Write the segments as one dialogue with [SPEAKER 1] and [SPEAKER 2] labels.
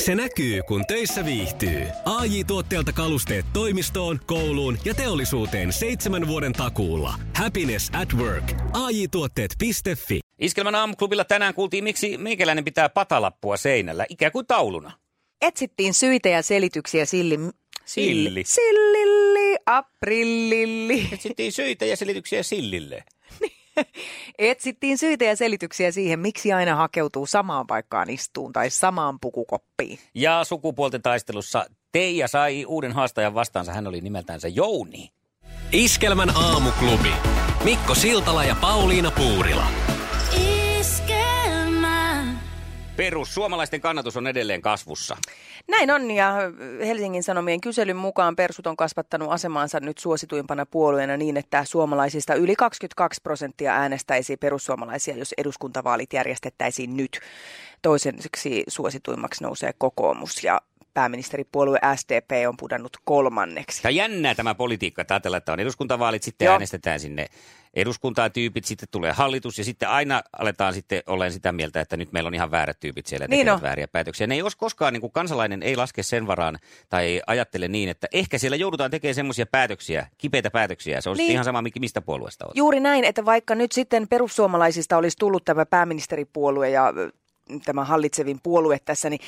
[SPEAKER 1] Se näkyy, kun töissä viihtyy. ai tuotteelta kalusteet toimistoon, kouluun ja teollisuuteen seitsemän vuoden takuulla. Happiness at work. ai tuotteetfi
[SPEAKER 2] Iskelmän aamuklubilla tänään kuultiin, miksi meikäläinen pitää patalappua seinällä, ikään kuin tauluna.
[SPEAKER 3] Etsittiin syitä ja selityksiä silli...
[SPEAKER 2] Silli.
[SPEAKER 3] Sillilli, aprillilli.
[SPEAKER 2] Etsittiin syitä ja selityksiä sillille.
[SPEAKER 3] Etsittiin syitä ja selityksiä siihen, miksi aina hakeutuu samaan paikkaan istuun tai samaan pukukoppiin.
[SPEAKER 2] Ja sukupuolten taistelussa Teija sai uuden haastajan vastaansa. Hän oli nimeltänsä Jouni.
[SPEAKER 1] Iskelmän aamuklubi. Mikko Siltala ja Pauliina Puurila.
[SPEAKER 4] Iskelmä.
[SPEAKER 2] Perussuomalaisten kannatus on edelleen kasvussa.
[SPEAKER 3] Näin on ja Helsingin Sanomien kyselyn mukaan persut on kasvattanut asemaansa nyt suosituimpana puolueena niin, että suomalaisista yli 22 prosenttia äänestäisi perussuomalaisia, jos eduskuntavaalit järjestettäisiin nyt. Toiseksi suosituimmaksi nousee kokoomus ja pääministeripuolue SDP on pudonnut kolmanneksi.
[SPEAKER 2] Tämä on jännää tämä politiikka, että ajatellaan, että on eduskuntavaalit, sitten Joo.
[SPEAKER 3] Joo.
[SPEAKER 2] äänestetään sinne eduskuntaan tyypit, sitten tulee hallitus ja sitten aina aletaan sitten olen sitä mieltä, että nyt meillä on ihan väärät tyypit siellä ja
[SPEAKER 3] Niin
[SPEAKER 2] tekevät
[SPEAKER 3] on.
[SPEAKER 2] vääriä päätöksiä. Ne ei olisi koskaan, niin kuin kansalainen ei laske sen varaan tai ajattele niin, että ehkä siellä joudutaan tekemään semmoisia päätöksiä, kipeitä päätöksiä. Se on niin.
[SPEAKER 3] Niin.
[SPEAKER 2] ihan sama, mi- mistä puolueesta on.
[SPEAKER 3] Juuri näin, että vaikka nyt sitten perussuomalaisista olisi tullut tämä pääministeripuolue ja ö, tämä hallitsevin puolue tässä, niin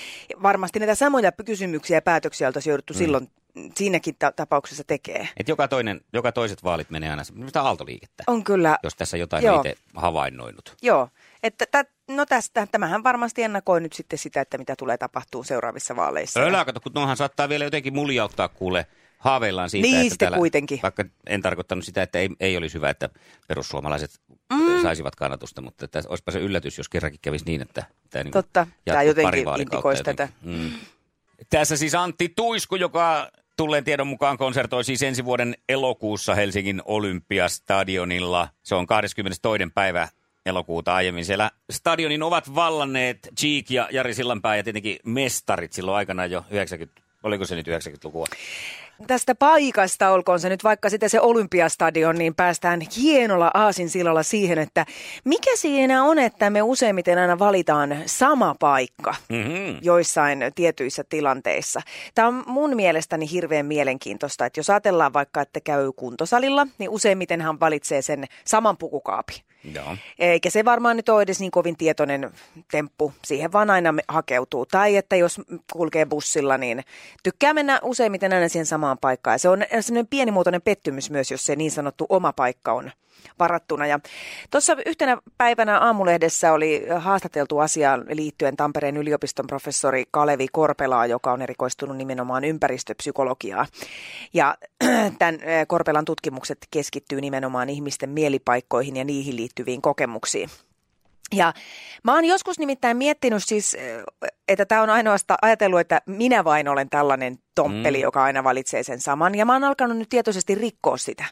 [SPEAKER 3] varmasti näitä samoja kysymyksiä ja päätöksiä oltaisiin jouduttu mm. silloin mm, siinäkin ta- tapauksessa tekee.
[SPEAKER 2] Et joka, toinen, joka toiset vaalit menee aina semmoista aaltoliikettä,
[SPEAKER 3] On kyllä,
[SPEAKER 2] jos tässä jotain
[SPEAKER 3] Joo.
[SPEAKER 2] on itse havainnoinut.
[SPEAKER 3] joo. Että tä, no tästä, tämähän varmasti ennakoi nyt sitten sitä, että mitä tulee tapahtuu seuraavissa vaaleissa.
[SPEAKER 2] Älä kato, kun nohan saattaa vielä jotenkin muljauttaa kuule haaveillaan siitä,
[SPEAKER 3] Niin,
[SPEAKER 2] että
[SPEAKER 3] sitten kuitenkin.
[SPEAKER 2] Vaikka en tarkoittanut sitä, että ei, ei olisi hyvä, että perussuomalaiset mm. saisivat kannatusta, mutta että olisipa se yllätys, jos kerrankin kävisi niin, että tämä niin
[SPEAKER 3] Totta. Tää jotenkin indikoisi
[SPEAKER 2] Mm. Tässä siis Antti Tuisku, joka tulleen tiedon mukaan konsertoi siis ensi vuoden elokuussa Helsingin Olympiastadionilla. Se on 22. päivä elokuuta aiemmin. Siellä stadionin ovat vallanneet Cheek ja Jari Sillanpää ja tietenkin mestarit silloin aikana jo 90 Oliko se nyt 90-lukua?
[SPEAKER 3] Tästä paikasta, olkoon se nyt vaikka sitten se Olympiastadion, niin päästään hienolla aasinsillalla siihen, että mikä siinä on, että me useimmiten aina valitaan sama paikka.
[SPEAKER 2] Mm-hmm.
[SPEAKER 3] Mm. joissain tietyissä tilanteissa. Tämä on mun mielestäni hirveän mielenkiintoista, että jos ajatellaan vaikka, että käy kuntosalilla, niin useimmiten hän valitsee sen saman pukukaapin.
[SPEAKER 2] Joo.
[SPEAKER 3] Eikä se varmaan nyt ole edes niin kovin tietoinen temppu. Siihen vaan aina me- hakeutuu. Tai että jos kulkee bussilla, niin tykkää mennä useimmiten aina siihen samaan paikkaan. Ja Se on sellainen pienimuotoinen pettymys myös, jos se niin sanottu oma paikka on varattuna. Ja tuossa yhtenä päivänä aamulehdessä oli haastateltu asiaan liittyen Tampereen yliopiston professori Kalevi Korpelaa, joka on erikoistunut nimenomaan ympäristöpsykologiaa. Ja tämän eh, Korpelan tutkimukset keskittyy nimenomaan ihmisten mielipaikkoihin ja niihin liittyviin kokemuksiin. Ja mä oon joskus nimittäin miettinyt siis, eh, että tämä on ainoastaan ajatellut, että minä vain olen tällainen tomppeli,
[SPEAKER 2] Mm.
[SPEAKER 3] mm. joka aina valitsee sen saman. Ja mä oon alkanut nyt tietoisesti rikkoa sitä,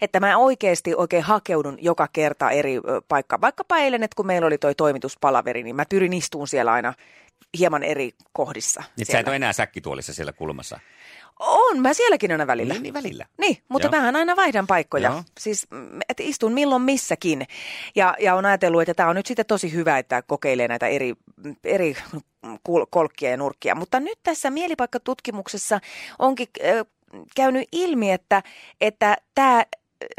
[SPEAKER 3] että mä oikeasti oikein hakeudun joka kerta eri ö, paikkaan. Vaikkapa eilen, että kun meillä oli toi toimituspalaveri, niin mä pyrin istuun siellä aina hieman eri kohdissa.
[SPEAKER 2] Nyt Niin, sä et
[SPEAKER 3] siellä.
[SPEAKER 2] ole enää säkkituolissa siellä kulmassa.
[SPEAKER 3] On, mä sielläkin aina välillä.
[SPEAKER 2] Niin, niin välillä.
[SPEAKER 3] Niin, mutta
[SPEAKER 2] Joo.
[SPEAKER 3] Joo. mähän aina vaihdan paikkoja.
[SPEAKER 2] Joo.
[SPEAKER 3] Joo. Siis mm, et istun milloin missäkin. Ja, ja on ajatellut, että tämä on nyt sitten tosi hyvä, että kokeilee näitä eri, mm, eri kul- kolkkia ja nurkkia. Mutta nyt tässä mielipaikkatutkimuksessa onkin äh, käynyt ilmi, että tämä että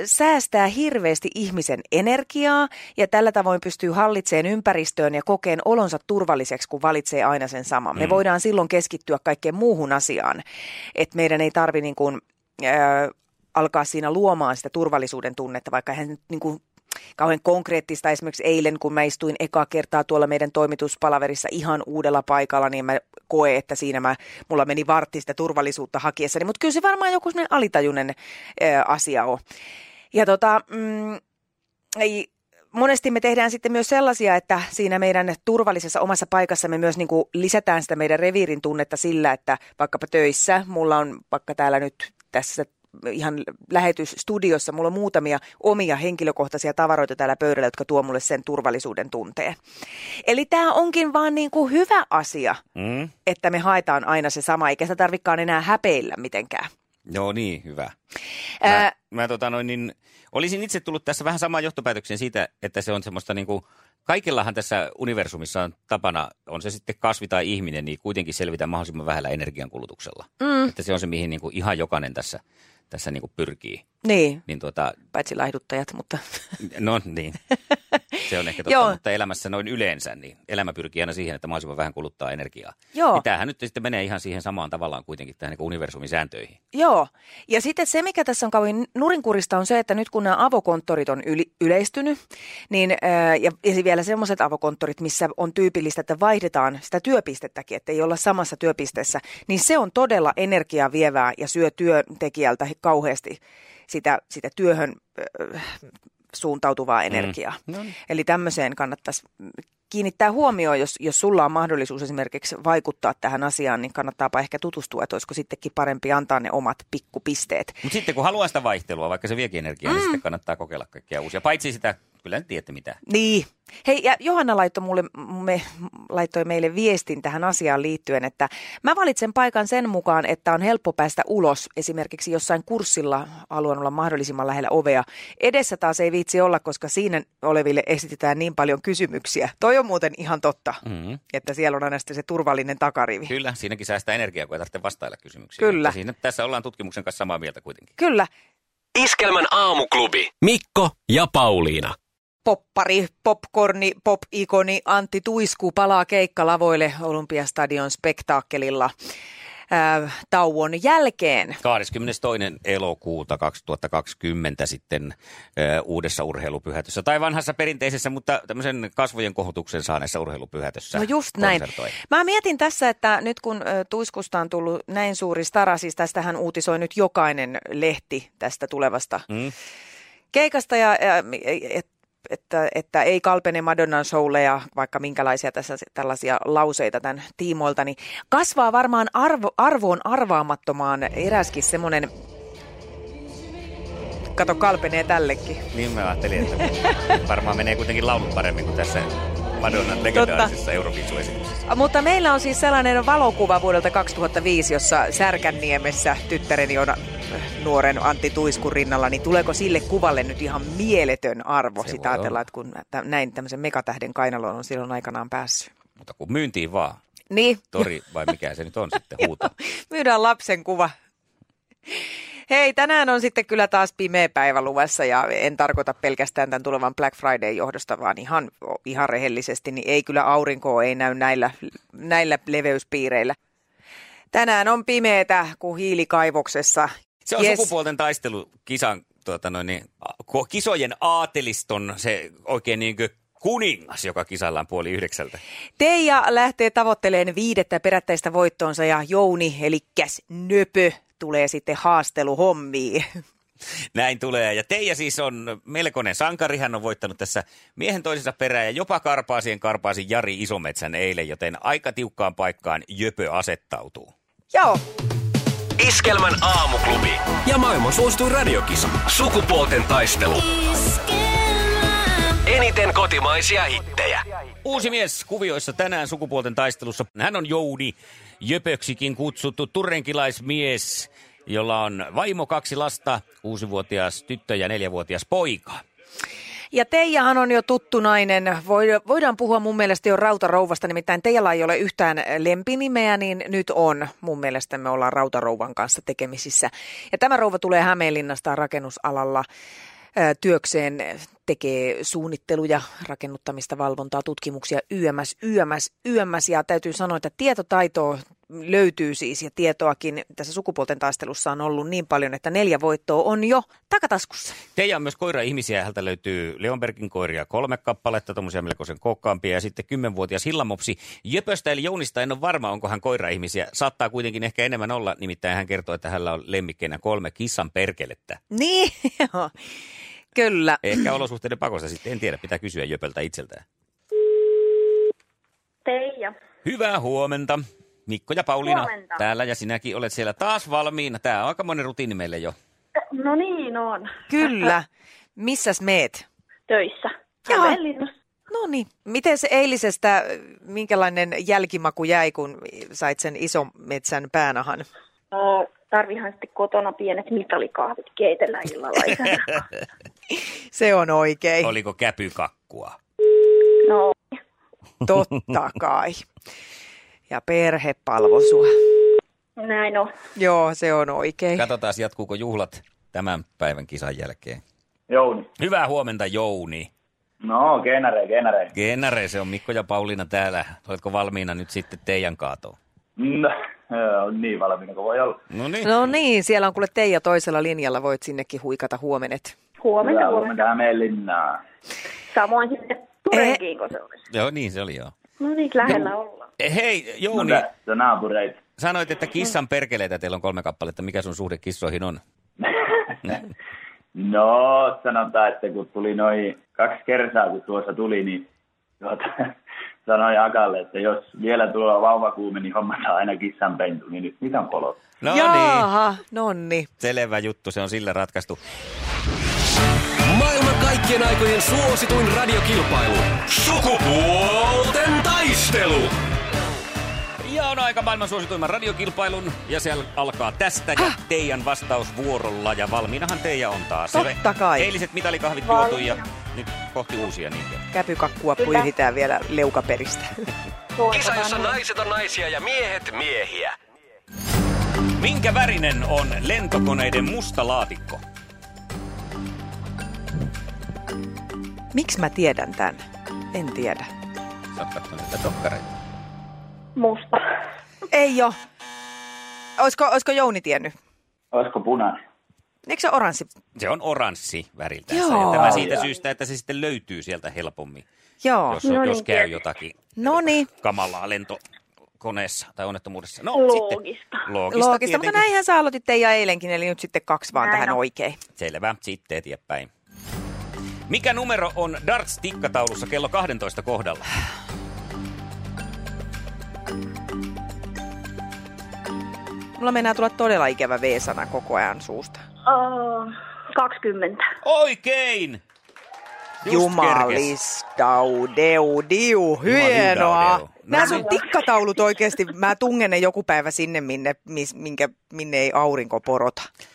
[SPEAKER 3] säästää hirveästi ihmisen energiaa ja tällä tavoin pystyy hallitseen ympäristöön ja kokeen olonsa turvalliseksi, kun valitsee aina sen saman. Me
[SPEAKER 2] Mm.
[SPEAKER 3] voidaan silloin keskittyä kaikkeen muuhun asiaan, että meidän ei tarvi niin kuin, äh, alkaa siinä luomaan sitä turvallisuuden tunnetta, vaikka hän niin kuin kauhean konkreettista. Esimerkiksi eilen, kun mä istuin ekaa kertaa tuolla meidän toimituspalaverissa ihan uudella paikalla, niin mä koe, että siinä mä, mulla meni vartti sitä turvallisuutta hakiessani. Mutta kyllä se varmaan joku sellainen alitajunen ö, asia on. Ja tota, mm, ei, monesti me tehdään sitten myös sellaisia, että siinä meidän turvallisessa omassa paikassa me myös niin kuin lisätään sitä meidän reviirin tunnetta sillä, että vaikkapa töissä, mulla on vaikka täällä nyt tässä ihan lähetysstudiossa, mulla on muutamia omia henkilökohtaisia tavaroita täällä pöydällä, jotka tuo mulle sen turvallisuuden tunteen. Eli tämä onkin vaan niin kuin hyvä asia,
[SPEAKER 2] Mm.
[SPEAKER 3] että me haetaan aina se sama, eikä sitä tarvikaan enää häpeillä mitenkään.
[SPEAKER 2] Joo niin, hyvä. Mä, Ää... mä tota noin, niin, olisin itse tullut tässä vähän samaan johtopäätökseen siitä, että se on semmoista niin kuin, kaikillahan tässä universumissa on tapana, on se sitten kasvi tai ihminen, niin kuitenkin selvitä mahdollisimman vähällä energiankulutuksella. Mm. Että se on se, mihin niin kuin, ihan jokainen tässä, tässä niin kuin pyrkii.
[SPEAKER 3] Niin,
[SPEAKER 2] Niin tuota,
[SPEAKER 3] paitsi laihduttajat, mutta
[SPEAKER 2] no niin, se on ehkä totta,
[SPEAKER 3] Joo.
[SPEAKER 2] mutta elämässä noin yleensä, niin elämä pyrkii aina siihen, että mahdollisimman vähän kuluttaa energiaa.
[SPEAKER 3] Joo.
[SPEAKER 2] Niin tämähän nyt sitten menee ihan siihen samaan tavallaan kuitenkin tähän niin universumin sääntöihin.
[SPEAKER 3] Joo, ja sitten se, mikä tässä on kauhean nurinkurista, on se, että nyt kun nämä avokonttorit on yli, yleistynyt, niin, ää, ja, ja vielä semmoiset avokonttorit, missä on tyypillistä, että vaihdetaan sitä työpistettäkin, että ei olla samassa työpisteessä, niin se on todella energiaa vievää ja syö työntekijältä kauheasti sitä, sitä työhön äh, suuntautuvaa energiaa. Mm.
[SPEAKER 2] No niin.
[SPEAKER 3] Eli tämmöiseen kannattaisi kiinnittää huomioon, jos, jos sulla on mahdollisuus esimerkiksi vaikuttaa tähän asiaan, niin kannattaapa ehkä tutustua, että olisiko sittenkin parempi antaa ne omat pikkupisteet.
[SPEAKER 2] Mutta sitten kun haluaa sitä vaihtelua, vaikka se viekin energiaa, mm. niin sitten kannattaa kokeilla kaikkea uusia. Paitsi sitä, kyllä nyt tiedätte mitä.
[SPEAKER 3] Niin. Hei, ja Johanna laittoi, mulle, me, laittoi meille viestin tähän asiaan liittyen, että mä valitsen paikan sen mukaan, että on helppo päästä ulos. Esimerkiksi jossain kurssilla haluan olla mahdollisimman lähellä ovea. Edessä taas ei viitsi olla, koska siinä oleville esitetään niin paljon kysymyksiä. Toi on muuten ihan totta,
[SPEAKER 2] Mm.
[SPEAKER 3] että siellä on aina sitten se turvallinen takarivi.
[SPEAKER 2] Kyllä, siinäkin säästää energiaa, kun ei tarvitse vastailla kysymyksiin.
[SPEAKER 3] Kyllä.
[SPEAKER 2] Että Siinä, tässä ollaan tutkimuksen kanssa samaa mieltä kuitenkin.
[SPEAKER 3] Kyllä,
[SPEAKER 1] Iskelmän aamuklubi. Mikko ja Pauliina.
[SPEAKER 3] poppari, popcorni, pop-ikoni Antti Tuisku palaa keikkalavoille Olympiastadion spektaakkelilla äh, tauon jälkeen.
[SPEAKER 2] 22. elokuuta 2020 sitten ö, uudessa urheilupyhätössä, tai vanhassa perinteisessä, mutta tämmöisen kasvojen kohotuksen saaneessa urheilupyhätössä.
[SPEAKER 3] No just näin.
[SPEAKER 2] konsertoi.
[SPEAKER 3] Mä mietin tässä, että nyt kun ö, Tuiskusta on tullut näin suuri stara, siis tästähän uutisoi nyt jokainen lehti tästä tulevasta
[SPEAKER 2] Mm.
[SPEAKER 3] keikasta ja, ja e, et, että, että ei kalpene Madonnan showlle ja vaikka minkälaisia tässä tällaisia lauseita tämän tiimoilta, niin kasvaa varmaan arvo, arvoon arvaamattomaan eräskin semmoinen, kato kalpenee tällekin.
[SPEAKER 2] Niin mä ajattelin, että varmaan menee kuitenkin laulut paremmin kuin tässä Madonnan legendaarisessa Euroviisuesityksessä.
[SPEAKER 3] Ah, Mutta meillä on siis sellainen valokuva vuodelta 2005, jossa Särkänniemessä tyttäreni on äh, nuoren Antti Tuiskun rinnalla, niin tuleeko sille kuvalle nyt ihan mieletön arvo?
[SPEAKER 2] Se
[SPEAKER 3] Sitä
[SPEAKER 2] voi olla.
[SPEAKER 3] ajatellaan, että kun tä- näin tämmöisen megatähden kainaloon on silloin aikanaan päässyt.
[SPEAKER 2] Mutta kun myyntiin vaan,
[SPEAKER 3] Niin,
[SPEAKER 2] tori vai mikä se nyt on sitten huuto.
[SPEAKER 3] myydään lapsen kuva. Hei, tänään on sitten kyllä taas pimeä päivä luvassa ja en tarkoita pelkästään tämän tulevan Black Friday johdosta, vaan ihan, ihan rehellisesti, niin ei kyllä aurinkoa ei näy näillä, näillä leveyspiireillä. Tänään on pimeetä kuin hiilikaivoksessa.
[SPEAKER 2] Se on yes.
[SPEAKER 3] Jes.
[SPEAKER 2] sukupuolten taistelu kisan, tuota noin, niin, a- ko- kisojen aateliston se oikein niin kuin kuningas, joka kisaillaan puoli yhdeksältä.
[SPEAKER 3] Teija lähtee tavoitteleen viidettä perättäistä voittoonsa ja Jouni, eli käs nöpö, tulee sitten haasteluhommiin.
[SPEAKER 2] Näin tulee. Ja Teija siis on melkoinen sankari. Hän on voittanut tässä miehen toisensa perään ja jopa karpaasien karpaasi Jari Isometsän eilen, joten aika tiukkaan paikkaan jöpö asettautuu.
[SPEAKER 3] Joo.
[SPEAKER 1] Iskelmän aamuklubi. Ja maailman suosituin radiokisa. Sukupuolten taistelu. Eniten kotimaisia hittejä.
[SPEAKER 2] Uusi mies kuvioissa tänään sukupuolten taistelussa. Hän on Jouni, jöpöksikin kutsuttu turrenkilaismies, jolla on vaimo kaksi lasta, kuusivuotias tyttö ja neljävuotias poika.
[SPEAKER 3] Ja Teijahan on jo tuttu nainen. Voi- Voidaan puhua mun mielestä jo rautarouvasta, nimittäin Teijalla ei ole yhtään lempinimeä, niin nyt on. Mun mielestä me ollaan rautarouvan kanssa tekemisissä. Ja tämä rouva tulee Hämeenlinnasta rakennusalalla ö, työkseen tekee suunnitteluja, rakennuttamista, valvontaa, tutkimuksia, YMS, YMS, YMS. Ja täytyy sanoa, että tietotaitoa löytyy siis ja tietoakin tässä sukupuolten taistelussa on ollut niin paljon, että neljä voittoa on jo takataskussa.
[SPEAKER 2] Teija on myös koira-ihmisiä. Hältä löytyy Leonbergin koiria kolme kappaletta, tuommoisia melkoisen kokkaampia. Ja sitten kymmenvuotias Hillamopsi. Jöpöstä eli Jounista en ole varma, onko hän koira-ihmisiä. Saattaa kuitenkin ehkä enemmän olla. Nimittäin hän kertoo, että hänellä on lemmikkeinä kolme kissan perkelettä.
[SPEAKER 3] Niin, joo. Kyllä.
[SPEAKER 2] Ehkä olosuhteiden pakosta sitten. En tiedä, pitää kysyä Jöpöltä itseltään.
[SPEAKER 4] Teija.
[SPEAKER 2] Hyvää huomenta. Mikko ja Pauliina
[SPEAKER 4] Huomenta.
[SPEAKER 2] täällä ja sinäkin olet siellä taas valmiina. Tämä on aikamoinen rutiini meille jo.
[SPEAKER 4] No niin on.
[SPEAKER 3] Kyllä. Missäs meet?
[SPEAKER 4] Töissä.
[SPEAKER 3] Joo.
[SPEAKER 4] Hämeenlinnassa.
[SPEAKER 3] No niin. Miten se eilisestä, äh, minkälainen jälkimaku jäi, kun sait sen ison metsän päänahan?
[SPEAKER 4] No, Tarvihan sitten kotona pienet mitralikahvit keitellä illalla isänä.
[SPEAKER 3] Se on oikein.
[SPEAKER 2] Oliko käpykakkua?
[SPEAKER 4] No,
[SPEAKER 3] Totta kai. Ja perhe palvo sua.
[SPEAKER 4] näin on.
[SPEAKER 3] Joo, se on oikein.
[SPEAKER 2] Katsotaan, jatkuuko juhlat tämän päivän kisan jälkeen.
[SPEAKER 5] Jouni.
[SPEAKER 2] Hyvää huomenta, Jouni.
[SPEAKER 5] No, genere, genere.
[SPEAKER 2] Genare, se on Mikko ja Pauliina täällä. Oletko valmiina nyt sitten teidän kaatoon?
[SPEAKER 5] No, on niin valmiina kuin voi olla.
[SPEAKER 2] No niin.
[SPEAKER 3] No niin, siellä on kuule Teija toisella linjalla, voit sinnekin huikata huomenet.
[SPEAKER 4] Huomenta,
[SPEAKER 5] Hyvää
[SPEAKER 4] huomenta.
[SPEAKER 5] huomenta Hämeenlinnaan.
[SPEAKER 4] Samoin sinne Turenkiin, kun se olisi.
[SPEAKER 2] Joo, niin se oli joo.
[SPEAKER 4] No niin, lähellä ollaan.
[SPEAKER 2] Eh, Hei,
[SPEAKER 5] No,
[SPEAKER 2] Jouni,
[SPEAKER 5] tässä naapureita.
[SPEAKER 2] sanoit, että kissan perkeleitä teillä on kolme kappaletta. Mikä sun suhde kissoihin on?
[SPEAKER 5] No, sanotaan, että kun tuli noin kaksi kertaa, kun tuossa tuli, niin tuota, sanoin Akalle, että jos vielä tulee vauvakuume, niin hommataan aina kissanpentu, niin nyt niitä on polo.
[SPEAKER 2] No niin,
[SPEAKER 3] Jaaha, no nonni.
[SPEAKER 2] selvä juttu, se on sillä ratkaistu.
[SPEAKER 1] Maailman kaikkien aikojen suosituin radiokilpailu. Sukupuolten taistelu.
[SPEAKER 2] Ja on aika maailman suosituimman radiokilpailun, ja se alkaa tästä ja teidän vastausvuorolla, ja valmiinahan Teija on taas.
[SPEAKER 3] Totta
[SPEAKER 2] Siellä
[SPEAKER 3] kai.
[SPEAKER 2] Eiliset mitalikahvit
[SPEAKER 4] Valmiina.
[SPEAKER 2] juotu, ja nyt kohti uusia niitä.
[SPEAKER 3] Käpykakkua
[SPEAKER 4] Kyllä.
[SPEAKER 3] pyyhitään vielä leukaperistä.
[SPEAKER 1] Kisa, jossa
[SPEAKER 4] Huomenta.
[SPEAKER 1] naiset on naisia ja miehet miehiä.
[SPEAKER 2] Minkä värinen on lentokoneiden musta laatikko?
[SPEAKER 3] Miksi mä tiedän tämän? En tiedä.
[SPEAKER 2] Sä oot katsonut sitä dokkareita.
[SPEAKER 4] Musta.
[SPEAKER 3] Ei jo. Oisko, oisko Jouni tiennyt?
[SPEAKER 5] Olisiko punainen?
[SPEAKER 3] Eikö se oranssi?
[SPEAKER 2] Se on oranssi väriltä. Ja
[SPEAKER 3] Joo.
[SPEAKER 2] tämä siitä
[SPEAKER 5] Joo.
[SPEAKER 2] syystä, että se sitten löytyy sieltä helpommin,
[SPEAKER 3] Joo. No niin,
[SPEAKER 2] jos, on,
[SPEAKER 4] No
[SPEAKER 2] jos
[SPEAKER 4] niin.
[SPEAKER 2] käy jotakin
[SPEAKER 3] Noni.
[SPEAKER 2] kamalaa lentokoneessa tai onnettomuudessa. No,
[SPEAKER 4] Loogista.
[SPEAKER 2] Sitten, loogista,
[SPEAKER 3] Loogista, mutta
[SPEAKER 2] tietenkin.
[SPEAKER 3] näinhän sä aloitit Teija eilenkin, eli nyt sitten kaksi vaan
[SPEAKER 4] Näin
[SPEAKER 3] tähän
[SPEAKER 4] on.
[SPEAKER 3] oikein.
[SPEAKER 2] Selvä, sitten eteenpäin. Mikä numero on darts-tikkataulussa kello 12 kohdalla?
[SPEAKER 3] Mulla meinaa tulla todella ikävä V-sana koko ajan suusta.
[SPEAKER 4] Uh, 20.
[SPEAKER 2] Oikein! Just kerkes.
[SPEAKER 3] Jumalistau, diu, hienoa.
[SPEAKER 2] Jumalistau, deu.
[SPEAKER 3] Nämä
[SPEAKER 2] No
[SPEAKER 3] sun
[SPEAKER 2] niin.
[SPEAKER 3] tikkataulut oikeasti, mä tungen ne joku päivä sinne, minne, mis, minkä, minne ei aurinko porota. No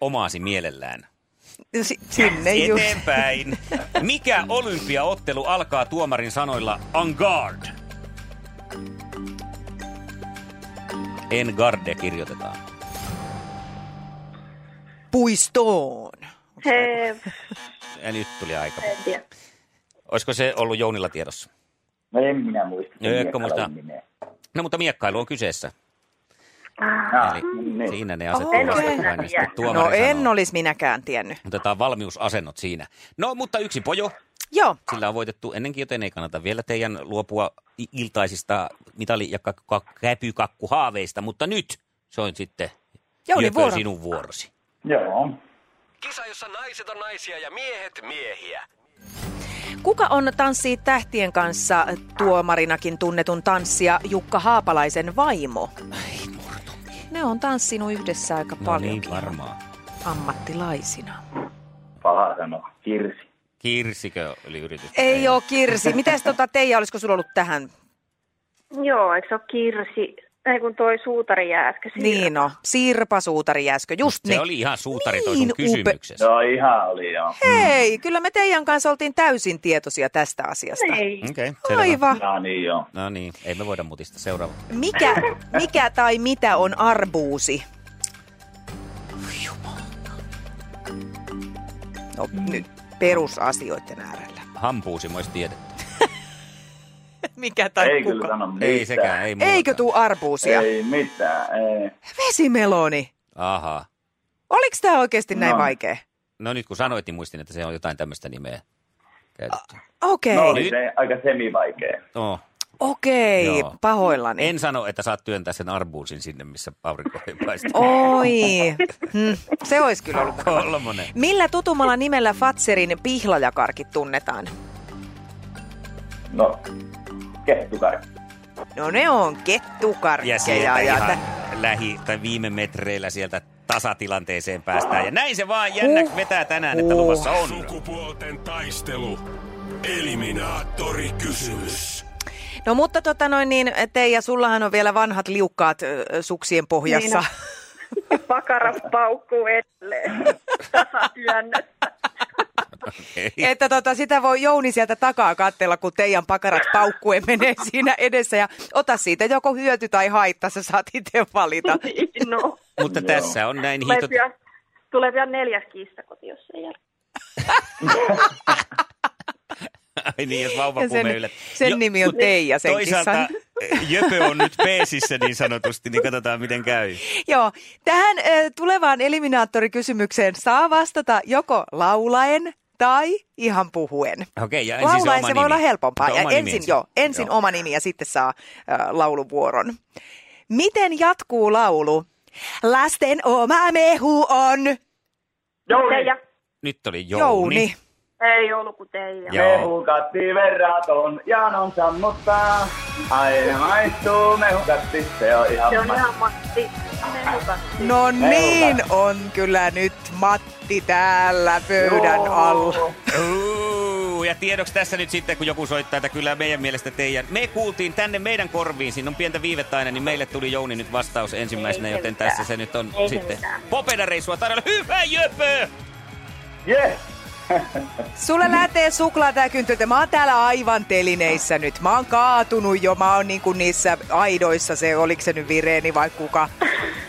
[SPEAKER 2] Omaasi mielellään.
[SPEAKER 3] Si- sinne just.
[SPEAKER 2] Eteenpäin. Mikä olympiaottelu alkaa tuomarin sanoilla on guard? En garde kirjoitetaan.
[SPEAKER 3] Puistoon.
[SPEAKER 4] Hei,
[SPEAKER 2] Ja nyt tuli aika.
[SPEAKER 4] en tiedä.
[SPEAKER 2] Olisiko se ollut Jounilla tiedossa?
[SPEAKER 5] No en minä muista. sen
[SPEAKER 2] Joo, eikö
[SPEAKER 5] miekkalan
[SPEAKER 2] muista?
[SPEAKER 5] nimeä.
[SPEAKER 2] No mutta miekkailu on kyseessä.
[SPEAKER 5] Ah,
[SPEAKER 2] Eli
[SPEAKER 5] niin.
[SPEAKER 2] siinä ne
[SPEAKER 3] Okei.
[SPEAKER 2] asettuu vastakkain. ja sitten tuomari
[SPEAKER 3] No en
[SPEAKER 2] sanoo.
[SPEAKER 3] olisi minäkään tiennyt.
[SPEAKER 2] Otetaan valmiusasennot siinä. No, mutta yksi pojo.
[SPEAKER 3] Joo,
[SPEAKER 2] Sillä on voitettu ennenkin, joten ei kannata vielä teidän luopua i- iltaisista mitali- ja kak- kak- käpykakkuhaaveista. Mutta nyt se on sitten
[SPEAKER 3] Jouni
[SPEAKER 2] Jöpön
[SPEAKER 3] vuoro. No
[SPEAKER 2] sinun vuorosi.
[SPEAKER 5] Joo.
[SPEAKER 1] Kisa, jossa naiset on naisia ja miehet miehiä.
[SPEAKER 3] Kuka on Tanssii tähtien kanssa tuomarinakin tunnetun tanssija Jukka Haapalaisen vaimo? Ne on tanssinut yhdessä aika
[SPEAKER 2] No
[SPEAKER 3] paljon
[SPEAKER 2] niin, varmaan.
[SPEAKER 3] ammattilaisina.
[SPEAKER 5] Paha sanoa. Kirsi.
[SPEAKER 2] Kirsikö oli yritys?
[SPEAKER 3] Ei ole Kirsi. Mitäs tota Teija, olisiko sulla ollut tähän?
[SPEAKER 4] Joo, eikö se ole Kirsi? Ei kun toi suutari jääskö
[SPEAKER 3] Niin no, Sirpa Suutari äsken, just
[SPEAKER 2] Se
[SPEAKER 3] niin.
[SPEAKER 2] oli ihan suutari toi sun
[SPEAKER 3] Niin upe-
[SPEAKER 2] kysymyksessä.
[SPEAKER 5] Joo, No, ihan oli joo.
[SPEAKER 3] Hei, kyllä me Teijan kanssa oltiin täysin tietoisia tästä asiasta.
[SPEAKER 4] Ei.
[SPEAKER 2] Okei, okay, selvä.
[SPEAKER 3] Aivan.
[SPEAKER 5] No niin joo.
[SPEAKER 2] No niin, ei me voida mutista. Seuraava.
[SPEAKER 3] Mikä, mikä tai mitä on arbuusi? No
[SPEAKER 5] Mm.
[SPEAKER 3] nyt perusasioiden äärellä.
[SPEAKER 2] Hampuusimo olisi tiedetty.
[SPEAKER 3] Mikä tai
[SPEAKER 5] Ei kyllä
[SPEAKER 3] kuka?
[SPEAKER 5] sano mitään.
[SPEAKER 2] Ei sekään, ei muuta.
[SPEAKER 3] Eikö tuu arbuusia?
[SPEAKER 5] Ei mitään, ei.
[SPEAKER 3] Vesimeloni.
[SPEAKER 2] Ahaa.
[SPEAKER 3] Oliko tämä oikeasti näin
[SPEAKER 5] No.
[SPEAKER 3] vaikea?
[SPEAKER 2] No nyt kun sanoit, niin muistin, että se on jotain tämmöistä nimeä käytetty.
[SPEAKER 3] Ah. Okei,
[SPEAKER 5] No
[SPEAKER 3] okay.
[SPEAKER 5] oli se aika semivaikea.
[SPEAKER 2] No,
[SPEAKER 3] okei,
[SPEAKER 2] Joo.
[SPEAKER 3] okay. pahoillani.
[SPEAKER 2] en sano, että saat työntää sen arbuusin sinne, missä aurinko ei paista.
[SPEAKER 3] Oh. Oi, hm, se olisi kyllä ollut.
[SPEAKER 2] Kolmonen.
[SPEAKER 3] Millä tutumalla nimellä Fatserin pihlajakarkit tunnetaan?
[SPEAKER 5] No, kettukarkki.
[SPEAKER 3] No ne on kettukarkkeja.
[SPEAKER 2] Ja sieltä
[SPEAKER 3] ja
[SPEAKER 2] ihan
[SPEAKER 3] tä-
[SPEAKER 2] lähi- tai viime metreillä sieltä tasatilanteeseen päästään. Ja näin se vaan jännä
[SPEAKER 3] Huh.
[SPEAKER 2] vetää tänään, että
[SPEAKER 3] Huh.
[SPEAKER 2] luvassa on.
[SPEAKER 1] Sukupuolten taistelu. Eliminaattori kysymys.
[SPEAKER 3] No mutta tota noin niin, Teija, sullahan on vielä vanhat liukkaat ö, suksien pohjassa.
[SPEAKER 4] Pakara paukkuu edelleen tasatyönnössä.
[SPEAKER 3] Että tota, sitä voi Jouni sieltä takaa kattella, kun teidän pakarat paukkuen menee siinä edessä. Ja ota siitä joko hyöty tai haitta, sä saat itse valita.
[SPEAKER 4] No,
[SPEAKER 2] Mutta
[SPEAKER 5] Joo.
[SPEAKER 2] tässä on näin
[SPEAKER 4] tulee
[SPEAKER 2] hitot...
[SPEAKER 4] pian, tulee pian neljäs kiista kotiin, jos ei jälkeen.
[SPEAKER 2] Ai niin, jos
[SPEAKER 3] Ja
[SPEAKER 2] vauva
[SPEAKER 3] sen-
[SPEAKER 2] kuume yllä.
[SPEAKER 3] sen
[SPEAKER 2] Jo-
[SPEAKER 3] nimi on
[SPEAKER 2] mut
[SPEAKER 3] Teija, sen
[SPEAKER 2] Toisaalta eh,
[SPEAKER 3] kissan.
[SPEAKER 2] Jöpö on nyt peesissä niin sanotusti, niin katsotaan miten käy.
[SPEAKER 3] Joo, tähän ö, tulevaan eliminaattorikysymykseen saa vastata joko laulaen tai ihan puhuen.
[SPEAKER 2] Okei, ja ensin
[SPEAKER 3] Laulaen
[SPEAKER 2] oma
[SPEAKER 3] se
[SPEAKER 2] nimi.
[SPEAKER 3] voi olla helpompaa.
[SPEAKER 2] Mutta
[SPEAKER 3] Ja
[SPEAKER 2] oma nimi
[SPEAKER 3] ensin, joo, ensin oma nimi ja sitten saa ö, lauluvuoron. Miten jatkuu laulu? Lasten oma mehu on
[SPEAKER 5] Jouni,
[SPEAKER 4] Teija,
[SPEAKER 2] Nyt oli Jouni.
[SPEAKER 3] Jouni.
[SPEAKER 4] ei ollut kuin Teija.
[SPEAKER 2] Joo.
[SPEAKER 5] mehu katti verraton, jaanon sammuttaa. Aina maistuu mehu katti, se on ihan
[SPEAKER 4] Se on
[SPEAKER 5] ma-
[SPEAKER 4] ihan Matti. Mehukasti.
[SPEAKER 3] No
[SPEAKER 5] Mehu
[SPEAKER 3] niin,
[SPEAKER 5] katti.
[SPEAKER 3] on kyllä nyt Matti täällä pöydän
[SPEAKER 5] Joo.
[SPEAKER 3] alla.
[SPEAKER 2] Uu, ja tiedoksi tässä nyt sitten, kun joku soittaa, että kyllä meidän mielestä teidän... Me kuultiin tänne meidän korviin, siinä on pientä viivettä aina, niin meille tuli Jouni nyt vastaus ensimmäisenä,
[SPEAKER 4] Ei se
[SPEAKER 2] joten
[SPEAKER 4] mitään.
[SPEAKER 2] tässä se nyt on
[SPEAKER 4] Ei se
[SPEAKER 2] sitten.
[SPEAKER 4] mitään.
[SPEAKER 2] Popedareissua tarjolla. Hyvä Jöpö!
[SPEAKER 5] Yes!
[SPEAKER 3] Sulle lähtee suklaatäkyntöltä. Mä oon täällä aivan telineissä nyt. Mä oon kaatunut jo. Mä oon niinku niissä aidoissa se, oliko se nyt vireeni vai kuka.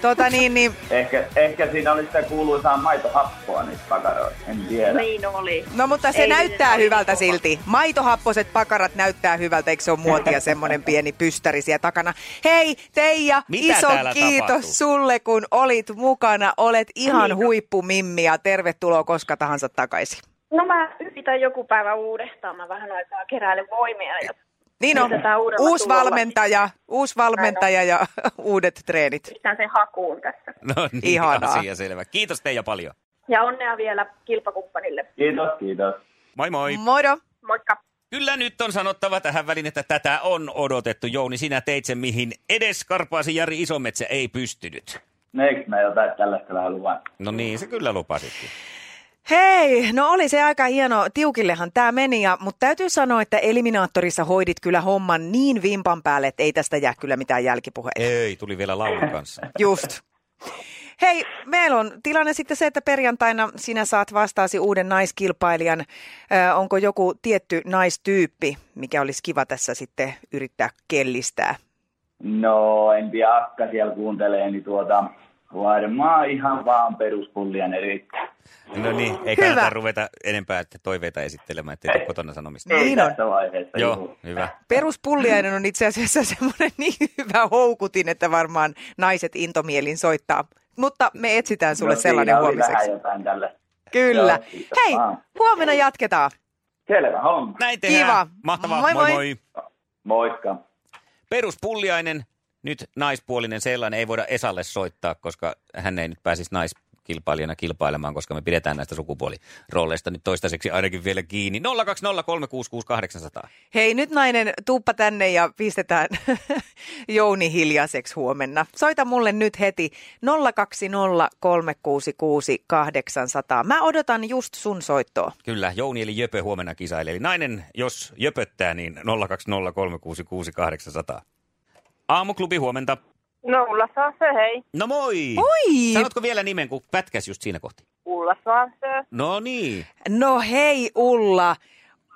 [SPEAKER 3] Tota niin, niin,
[SPEAKER 5] Ehkä, ehkä siinä oli sitä kuuluisaa maitohappoa niissä pakaroissa, en tiedä.
[SPEAKER 4] Niin oli.
[SPEAKER 3] no mutta se
[SPEAKER 4] Ei,
[SPEAKER 3] näyttää
[SPEAKER 4] ei,
[SPEAKER 3] hyvältä
[SPEAKER 4] ei.
[SPEAKER 3] silti. Maitohapposet pakarat näyttää hyvältä, eikö se ole muotia semmonen pieni pystäri siellä takana. Hei Teija,
[SPEAKER 2] Mitä
[SPEAKER 3] iso
[SPEAKER 2] täällä
[SPEAKER 3] kiitos
[SPEAKER 2] tapahtuu?
[SPEAKER 3] sulle kun olit mukana. Olet ihan huippumimmi ja tervetuloa koska tahansa takaisin.
[SPEAKER 4] No mä yritän joku päivä uudestaan. Mä vähän aikaa keräilen voimia. Ja...
[SPEAKER 3] Niin on.
[SPEAKER 4] Yritetään uudella
[SPEAKER 3] Uusi
[SPEAKER 4] tulolla.
[SPEAKER 3] valmentaja, uusi valmentaja ja uudet treenit.
[SPEAKER 4] pistän sen hakuun tässä.
[SPEAKER 2] No niin,
[SPEAKER 3] Ihanaa.
[SPEAKER 2] asia selvä. Kiitos Teija paljon.
[SPEAKER 4] Ja onnea vielä kilpakumppanille.
[SPEAKER 5] Kiitos, kiitos.
[SPEAKER 2] Moi moi.
[SPEAKER 4] Mm.
[SPEAKER 3] Moro.
[SPEAKER 4] Moikka.
[SPEAKER 2] Kyllä nyt on sanottava tähän väliin, että tätä on odotettu. Jouni, sinä teit sen, mihin edes karpaasi Jari Isometsä ei pystynyt.
[SPEAKER 5] Eikö me jotain tällaista vähän luvan?
[SPEAKER 2] No niin, se kyllä lupasitkin.
[SPEAKER 3] Hei, no oli se aika hieno. Tiukillehan tämä meni, ja, mutta täytyy sanoa, että eliminaattorissa hoidit kyllä homman niin vimpan päälle, että ei tästä jää kyllä mitään jälkipuheita.
[SPEAKER 2] Ei, tuli vielä laulun kanssa.
[SPEAKER 3] Just. Hei, meillä on tilanne sitten se, että perjantaina sinä saat vastaasi uuden naiskilpailijan. Ö, onko joku tietty naistyyppi, mikä olisi kiva tässä sitten yrittää kellistää?
[SPEAKER 5] No, en tiedä, akka siellä kuuntelee, niin tuota, varmaan ihan vaan peruspullian erittää.
[SPEAKER 2] No niin, ei
[SPEAKER 3] Hyvä.
[SPEAKER 2] kannata ruveta enempää että toiveita esittelemään, ettei tule kotona sanomista.
[SPEAKER 5] Ei
[SPEAKER 3] Niin on.
[SPEAKER 5] tässä vaiheessa.
[SPEAKER 2] Joo,
[SPEAKER 5] juu.
[SPEAKER 2] hyvä.
[SPEAKER 3] Peruspulliainen on itse asiassa semmoinen niin hyvä houkutin, että varmaan naiset intomielin soittaa. Mutta me etsitään sulle
[SPEAKER 5] no,
[SPEAKER 3] sellainen
[SPEAKER 5] siinä oli
[SPEAKER 3] huomiseksi.
[SPEAKER 5] Vähän jotain tällaista.
[SPEAKER 3] Kyllä.
[SPEAKER 5] Joo, kiitos
[SPEAKER 3] Hei,
[SPEAKER 5] vaan.
[SPEAKER 3] huomenna jatketaan.
[SPEAKER 5] Selvä homma.
[SPEAKER 2] Näin tehdään.
[SPEAKER 3] Kiva.
[SPEAKER 2] Mahtavaa.
[SPEAKER 3] Moi,
[SPEAKER 2] Moi moi.
[SPEAKER 3] moi.
[SPEAKER 2] moi.
[SPEAKER 5] Moikka.
[SPEAKER 2] Peruspulliainen, nyt naispuolinen sellainen, ei voida Esalle soittaa, koska hän ei nyt pääsisi naiskilpailijana kilpailemaan, koska me pidetään näistä sukupuolirooleista nyt toistaiseksi ainakin vielä kiinni. 020366800.
[SPEAKER 3] Hei, nyt nainen, tuuppa tänne ja pistetään Jouni hiljaiseksi huomenna. Soita mulle nyt heti 020366800. Mä odotan just sun soittoa.
[SPEAKER 2] Kyllä, Jouni eli Jöpö huomenna kisailee. Eli nainen, jos jöpöttää, niin 020366800. Aamuklubi huomenta.
[SPEAKER 4] No Ulla Saansö, hei.
[SPEAKER 2] No moi!
[SPEAKER 3] Moi!
[SPEAKER 2] Sanotko vielä nimen, kun pätkäs just siinä kohti?
[SPEAKER 4] Ulla Saansö.
[SPEAKER 2] No niin.
[SPEAKER 3] No hei Ulla,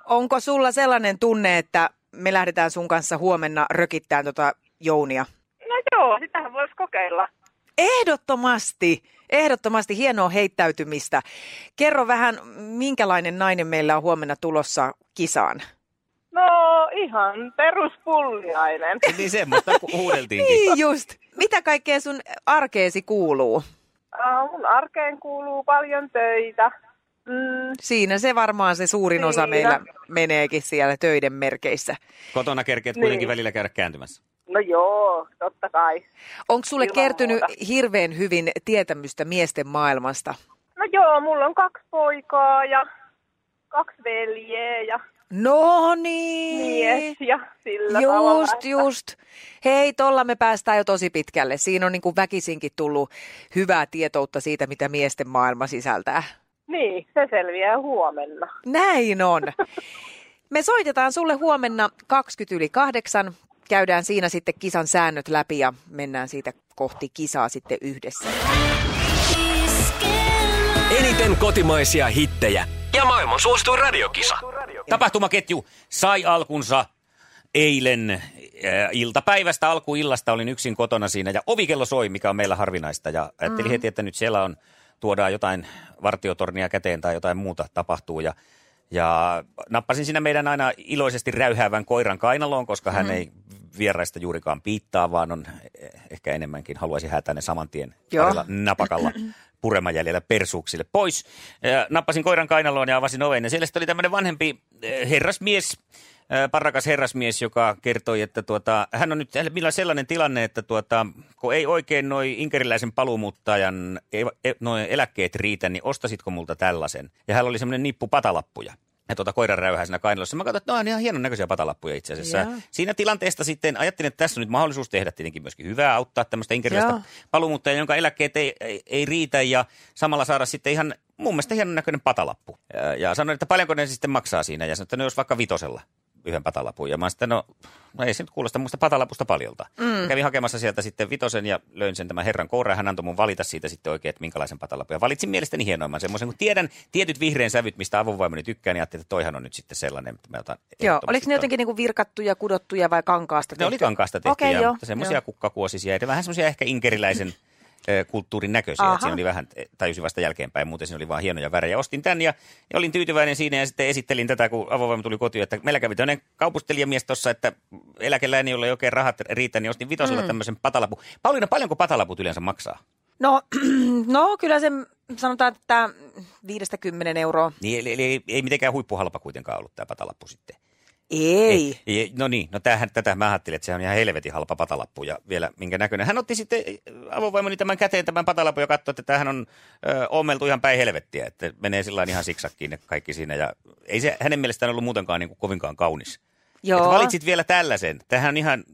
[SPEAKER 3] onko sulla sellainen tunne, että me lähdetään sun kanssa huomenna rökittämään tota Jounia?
[SPEAKER 4] No joo, sitähän voisi kokeilla.
[SPEAKER 3] Ehdottomasti, ehdottomasti hienoa heittäytymistä. Kerro vähän, minkälainen nainen meillä on huomenna tulossa kisaan?
[SPEAKER 4] No ihan peruspulliainen.
[SPEAKER 2] Niin semmoista kun huudeltiinkin.
[SPEAKER 3] Niin just. Mitä kaikkea sun arkeesi kuuluu?
[SPEAKER 4] Äh, mun arkeen kuuluu paljon töitä. Mm,
[SPEAKER 3] Siinä se varmaan se suurin osa
[SPEAKER 4] Siinä.
[SPEAKER 3] meillä meneekin siellä töiden merkeissä.
[SPEAKER 2] Kotona kerkeet kuitenkin
[SPEAKER 4] Niin.
[SPEAKER 2] välillä käydä kääntymässä.
[SPEAKER 4] no joo, totta kai.
[SPEAKER 3] Onko sulle
[SPEAKER 4] Ilman
[SPEAKER 3] kertynyt
[SPEAKER 4] muuta.
[SPEAKER 3] hirveän hyvin tietämystä miesten maailmasta?
[SPEAKER 4] No joo, mulla on kaksi poikaa ja kaksi veljeä ja
[SPEAKER 3] No niin.
[SPEAKER 4] mies ja sillä tavalla.
[SPEAKER 3] Just,
[SPEAKER 4] että-
[SPEAKER 3] just. Hei, tolla me päästään jo tosi pitkälle. Siinä on niin kuin väkisinkin tullut hyvää tietoutta siitä, mitä miesten maailma sisältää.
[SPEAKER 4] Niin, se selviää huomenna.
[SPEAKER 3] Näin on. Me soitetaan sulle huomenna 20 yli 8. käydään siinä sitten kisan säännöt läpi ja mennään siitä kohti kisaa sitten yhdessä.
[SPEAKER 1] Eniten kotimaisia hittejä ja maailman suosituin radiokisa.
[SPEAKER 2] Tapahtumaketju sai alkunsa eilen äh, iltapäivästä, alkuillasta olin yksin kotona siinä ja ovikello soi, mikä on meillä harvinaista ja ajattelin mm. heti, että nyt siellä on, tuodaan jotain vartiotornia käteen tai jotain muuta tapahtuu ja ja nappasin siinä meidän aina iloisesti räyhäävän koiran kainaloon, koska hän mm. ei vieraista juurikaan piittaa, vaan on eh, ehkä enemmänkin haluaisi häätää ne saman tien
[SPEAKER 3] Joo.
[SPEAKER 2] parilla napakalla puremajäljellä persuuksille pois. Ja nappasin koiran kainaloon ja avasin oven ja siellä sitten oli tämmöinen vanhempi eh, herrasmies, eh, parrakas herrasmies, joka kertoi, että tuota, hän on nyt hänellä on sellainen tilanne, että tuota, kun ei oikein noi inkeriläisen paluumuuttajan ei, e- noi eläkkeet riitä, niin ostasitko multa tällaisen? Ja hänellä oli semmoinen nippu patalappuja. Ja tuota koiran räyhää siinä kainalossa. Mä katsoin, että ne on ihan hienon näköisiä patalappuja itse asiassa.
[SPEAKER 3] Joo.
[SPEAKER 2] Siinä tilanteesta sitten ajattelin, että tässä on nyt mahdollisuus tehdä tietenkin myöskin hyvää, auttaa tämmöistä inkeriläistä
[SPEAKER 3] Joo.
[SPEAKER 2] paluumuuttajaa, jonka eläkkeet ei, ei, ei riitä ja samalla saada sitten ihan mun mielestä hienon näköinen patalappu. Ja, ja sanoin, että paljonko ne sitten maksaa siinä ja sanoin, että ne olisi vaikka vitosella yhden patalapun. Ja mä sitten, no, no ei se nyt kuulosta muista patalapusta paljolta. Mm. Kävin hakemassa sieltä sitten vitosen ja löin sen tämän herran kouraan. Hän antoi mun valita siitä sitten oikein, että minkälaisen patalapun. Ja valitsin mielestäni hienoimman semmoisen, kun tiedän tietyt vihreän sävyt, mistä avovaimoni tykkää, niin ajattelin, että toihan on nyt sitten sellainen, että mä otan
[SPEAKER 3] Joo,
[SPEAKER 2] ehdottomasti
[SPEAKER 3] oliko ne
[SPEAKER 2] ton.
[SPEAKER 3] jotenkin niinku virkattuja, kudottuja vai kankaasta
[SPEAKER 2] Ne oli kankaasta tehtyjä,
[SPEAKER 3] Okei,
[SPEAKER 2] okay,
[SPEAKER 3] joo,
[SPEAKER 2] mutta semmoisia
[SPEAKER 3] joo.
[SPEAKER 2] kukkakuosisia ja vähän semmoisia ehkä inkeriläisen ö, kulttuurin näköisiä.
[SPEAKER 3] Aha.
[SPEAKER 2] Että siinä oli vähän, e, tajusin vasta jälkeenpäin, muuten siinä oli vaan hienoja värejä. Ostin tämän ja, ja olin tyytyväinen siinä ja sitten esittelin tätä, kun avovaimo tuli kotiin, että meillä kävi tämmöinen kaupustelijamies tuossa, että eläkeläinen, jolla ei oikein rahat riitä, niin ostin vitosella mm. tämmöisen patalapu. Pauliina, paljonko patalaput yleensä maksaa?
[SPEAKER 3] No, no kyllä se sanotaan, että 50 euroa.
[SPEAKER 2] Niin, eli, eli, ei- ei mitenkään huippuhalpa kuitenkaan ollut tämä patalappu sitten.
[SPEAKER 3] Ei.
[SPEAKER 2] Ei, ei, no niin, no tämähän, tätä mä ajattelin, että se on ihan helvetin halpa patalappu ja vielä minkä näköinen. Hän otti sitten äh, avovaimoni tämän käteen tämän patalapun ja katsoi, että tämähän on ö, ommeltu ihan päin helvettiä, että menee sillä lailla ihan siksakkiin ne kaikki siinä. Ja ei se hänen mielestään ollut muutenkaan niin kuin kovinkaan kaunis.
[SPEAKER 3] Joo.
[SPEAKER 2] Että valitsit vielä tällaisen. Tämähän on ihan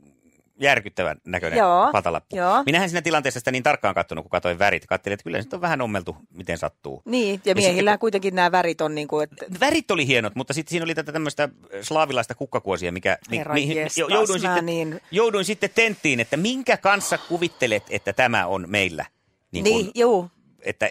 [SPEAKER 2] järkyttävän näköinen
[SPEAKER 3] Joo,
[SPEAKER 2] patalappu.
[SPEAKER 3] joo.
[SPEAKER 2] Minähän siinä tilanteessa sitä niin tarkkaan katsonut, kun katsoin värit. Katselin, että kyllä se nyt on vähän ommeltu, miten sattuu.
[SPEAKER 3] Niin, ja
[SPEAKER 2] Ja sitten
[SPEAKER 3] miehillä kuitenkin nämä värit on niin kuin, että
[SPEAKER 2] Värit oli hienot, mutta sitten siinä oli tätä tämmöistä äh, slaavilaista kukkakuosia, mikä
[SPEAKER 3] Herra jestas,
[SPEAKER 2] jo- jouduin,
[SPEAKER 3] mä
[SPEAKER 2] sitten,
[SPEAKER 3] niin-
[SPEAKER 2] jouduin sitten tenttiin, että minkä kanssa kuvittelet, että tämä on meillä. Niin kun,
[SPEAKER 3] niin,
[SPEAKER 2] niin.
[SPEAKER 3] juu.
[SPEAKER 2] Että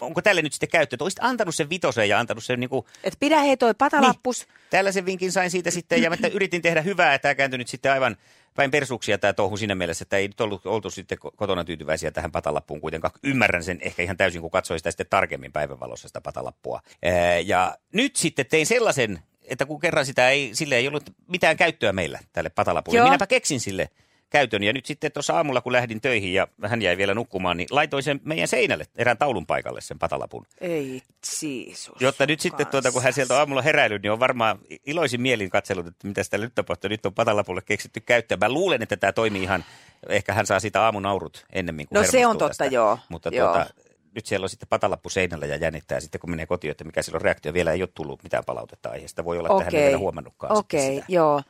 [SPEAKER 2] onko tälle nyt sitten käyttö, että olisit antanut sen vitosen ja antanut sen niin kuin,
[SPEAKER 3] Että pidä hei toi patalappus.
[SPEAKER 2] Niin, tällaisen vinkin sain siitä sitten ja mä että yritin tehdä hyvää ja tämä kääntyi nyt sitten aivan päin persuksia tämä touhu siinä mielessä, että ei nyt ollut, oltu sitten ko- kotona tyytyväisiä tähän patalappuun kuitenkaan. Ymmärrän sen ehkä ihan täysin, kun katsoin sitä sitten tarkemmin päivänvalossa sitä patalappua. Ää, ja nyt sitten tein sellaisen, että kun kerran sitä ei, sille ei ollut mitään käyttöä meillä tälle patalapulle,
[SPEAKER 3] Joo.
[SPEAKER 2] Joo. minäpä keksin sille käytön. Ja nyt sitten tuossa aamulla, kun lähdin töihin ja hän jäi vielä nukkumaan, niin laitoin sen meidän seinälle erään taulun paikalle sen patalapun.
[SPEAKER 3] Ei, Jeesus.
[SPEAKER 2] Jotta nyt sitten, tuota, kun hän sieltä on aamulla heräillyt, niin on varmaan iloisin mielin katsellut, että mitä täällä nyt tapahtuu. Nyt on patalapulle keksitty käyttää. Mä luulen, että tämä toimii ihan, ehkä hän saa sitä aamunaurut ennemmin kuin
[SPEAKER 3] No se on
[SPEAKER 2] hermostuu
[SPEAKER 3] totta,
[SPEAKER 2] tästä.
[SPEAKER 3] joo.
[SPEAKER 2] Mutta
[SPEAKER 3] Joo.
[SPEAKER 2] tuota, nyt siellä on sitten patalappu seinällä ja jännittää sitten, kun menee kotiin, että mikä sillä on reaktio. Vielä ei ole tullut mitään palautetta aiheesta. Voi olla, että hän ei vielä huomannutkaan sitten
[SPEAKER 3] Okei,
[SPEAKER 2] sitä.
[SPEAKER 3] joo.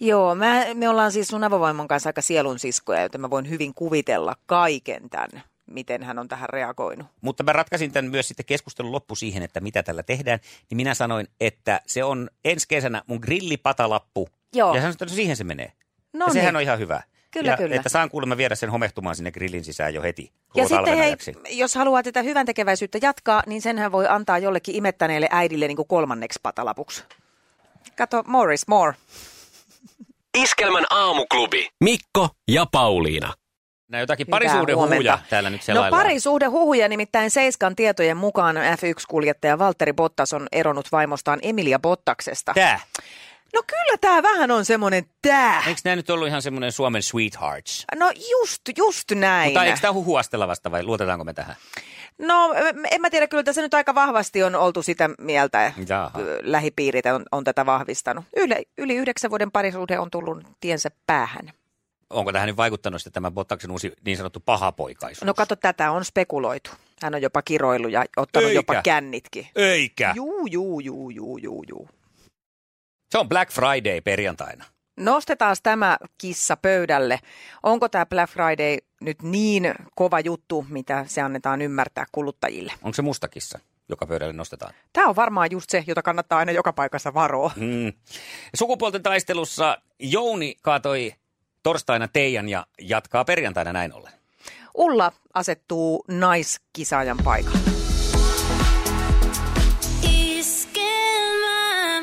[SPEAKER 3] Joo, mä, me ollaan siis sun avovaimon kanssa aika sielun siskoja, joten mä voin hyvin kuvitella kaiken tämän, miten hän on tähän reagoinut.
[SPEAKER 2] Mutta mä ratkaisin tämän myös sitten keskustelun loppu siihen, että mitä tällä tehdään. Niin minä sanoin, että se on ensi kesänä mun grillipatalappu.
[SPEAKER 3] Joo.
[SPEAKER 2] Ja hän sanoi, että no siihen se menee.
[SPEAKER 3] No
[SPEAKER 2] ja sehän
[SPEAKER 3] niin.
[SPEAKER 2] on ihan hyvä.
[SPEAKER 3] Kyllä,
[SPEAKER 2] ja,
[SPEAKER 3] kyllä.
[SPEAKER 2] Että saan kuulemma viedä sen homehtumaan sinne grillin sisään jo heti.
[SPEAKER 3] Ja
[SPEAKER 2] koko
[SPEAKER 3] sitten
[SPEAKER 2] talven
[SPEAKER 3] hei,
[SPEAKER 2] ajaksi.
[SPEAKER 3] jos haluaa tätä hyvän tekeväisyyttä jatkaa, niin senhän voi antaa jollekin imettäneelle äidille niin kuin kolmanneksi patalapuksi. Kato, more is more.
[SPEAKER 1] Iskelmän aamuklubi. Mikko ja Pauliina.
[SPEAKER 2] Nää jotakin
[SPEAKER 3] Hyvää
[SPEAKER 2] parisuuden
[SPEAKER 3] huomenta.
[SPEAKER 2] huuja täällä nyt
[SPEAKER 3] No
[SPEAKER 2] selaillaan.
[SPEAKER 3] parisuhdehuhuja nimittäin Seiskan tietojen mukaan F1-kuljettaja Valtteri Bottas on eronnut vaimostaan Emilia Bottaksesta.
[SPEAKER 2] Tää.
[SPEAKER 3] No kyllä tämä vähän on semmoinen tää.
[SPEAKER 2] Eikö nämä nyt ollut ihan semmoinen Suomen sweethearts?
[SPEAKER 3] No just, just näin.
[SPEAKER 2] Mutta eikö tämä huhuastella vasta vai luotetaanko me tähän?
[SPEAKER 3] No em- en mä tiedä, kyllä tässä nyt aika vahvasti on oltu sitä mieltä.
[SPEAKER 2] Jaha.
[SPEAKER 3] Lähipiirit on, on tätä vahvistanut. Yle, yli yhdeksän vuoden parisuhde on tullut tiensä päähän.
[SPEAKER 2] Onko tähän nyt vaikuttanut sitten tämä Bottaksen uusi niin sanottu pahapoikaisuus?
[SPEAKER 3] No kato, tätä on spekuloitu. Hän on jopa kiroillut ja ottanut
[SPEAKER 2] Eikä.
[SPEAKER 3] jopa kännitkin.
[SPEAKER 2] Eikä.
[SPEAKER 3] Juu, juu, juu, juu, juu, juu.
[SPEAKER 2] Se on Black Friday perjantaina.
[SPEAKER 3] Nostetaan tämä kissa pöydälle. Onko tämä Black Friday nyt niin kova juttu, mitä se annetaan ymmärtää kuluttajille?
[SPEAKER 2] Onko se mustakissa? joka pöydälle nostetaan.
[SPEAKER 3] Tämä on varmaan just se, jota kannattaa aina joka paikassa varoa.
[SPEAKER 2] Mm. Sukupuolten taistelussa Jouni kaatoi torstaina teidän ja jatkaa perjantaina näin ollen.
[SPEAKER 3] Ulla asettuu naiskisaajan paikalle.
[SPEAKER 6] Iskelmä.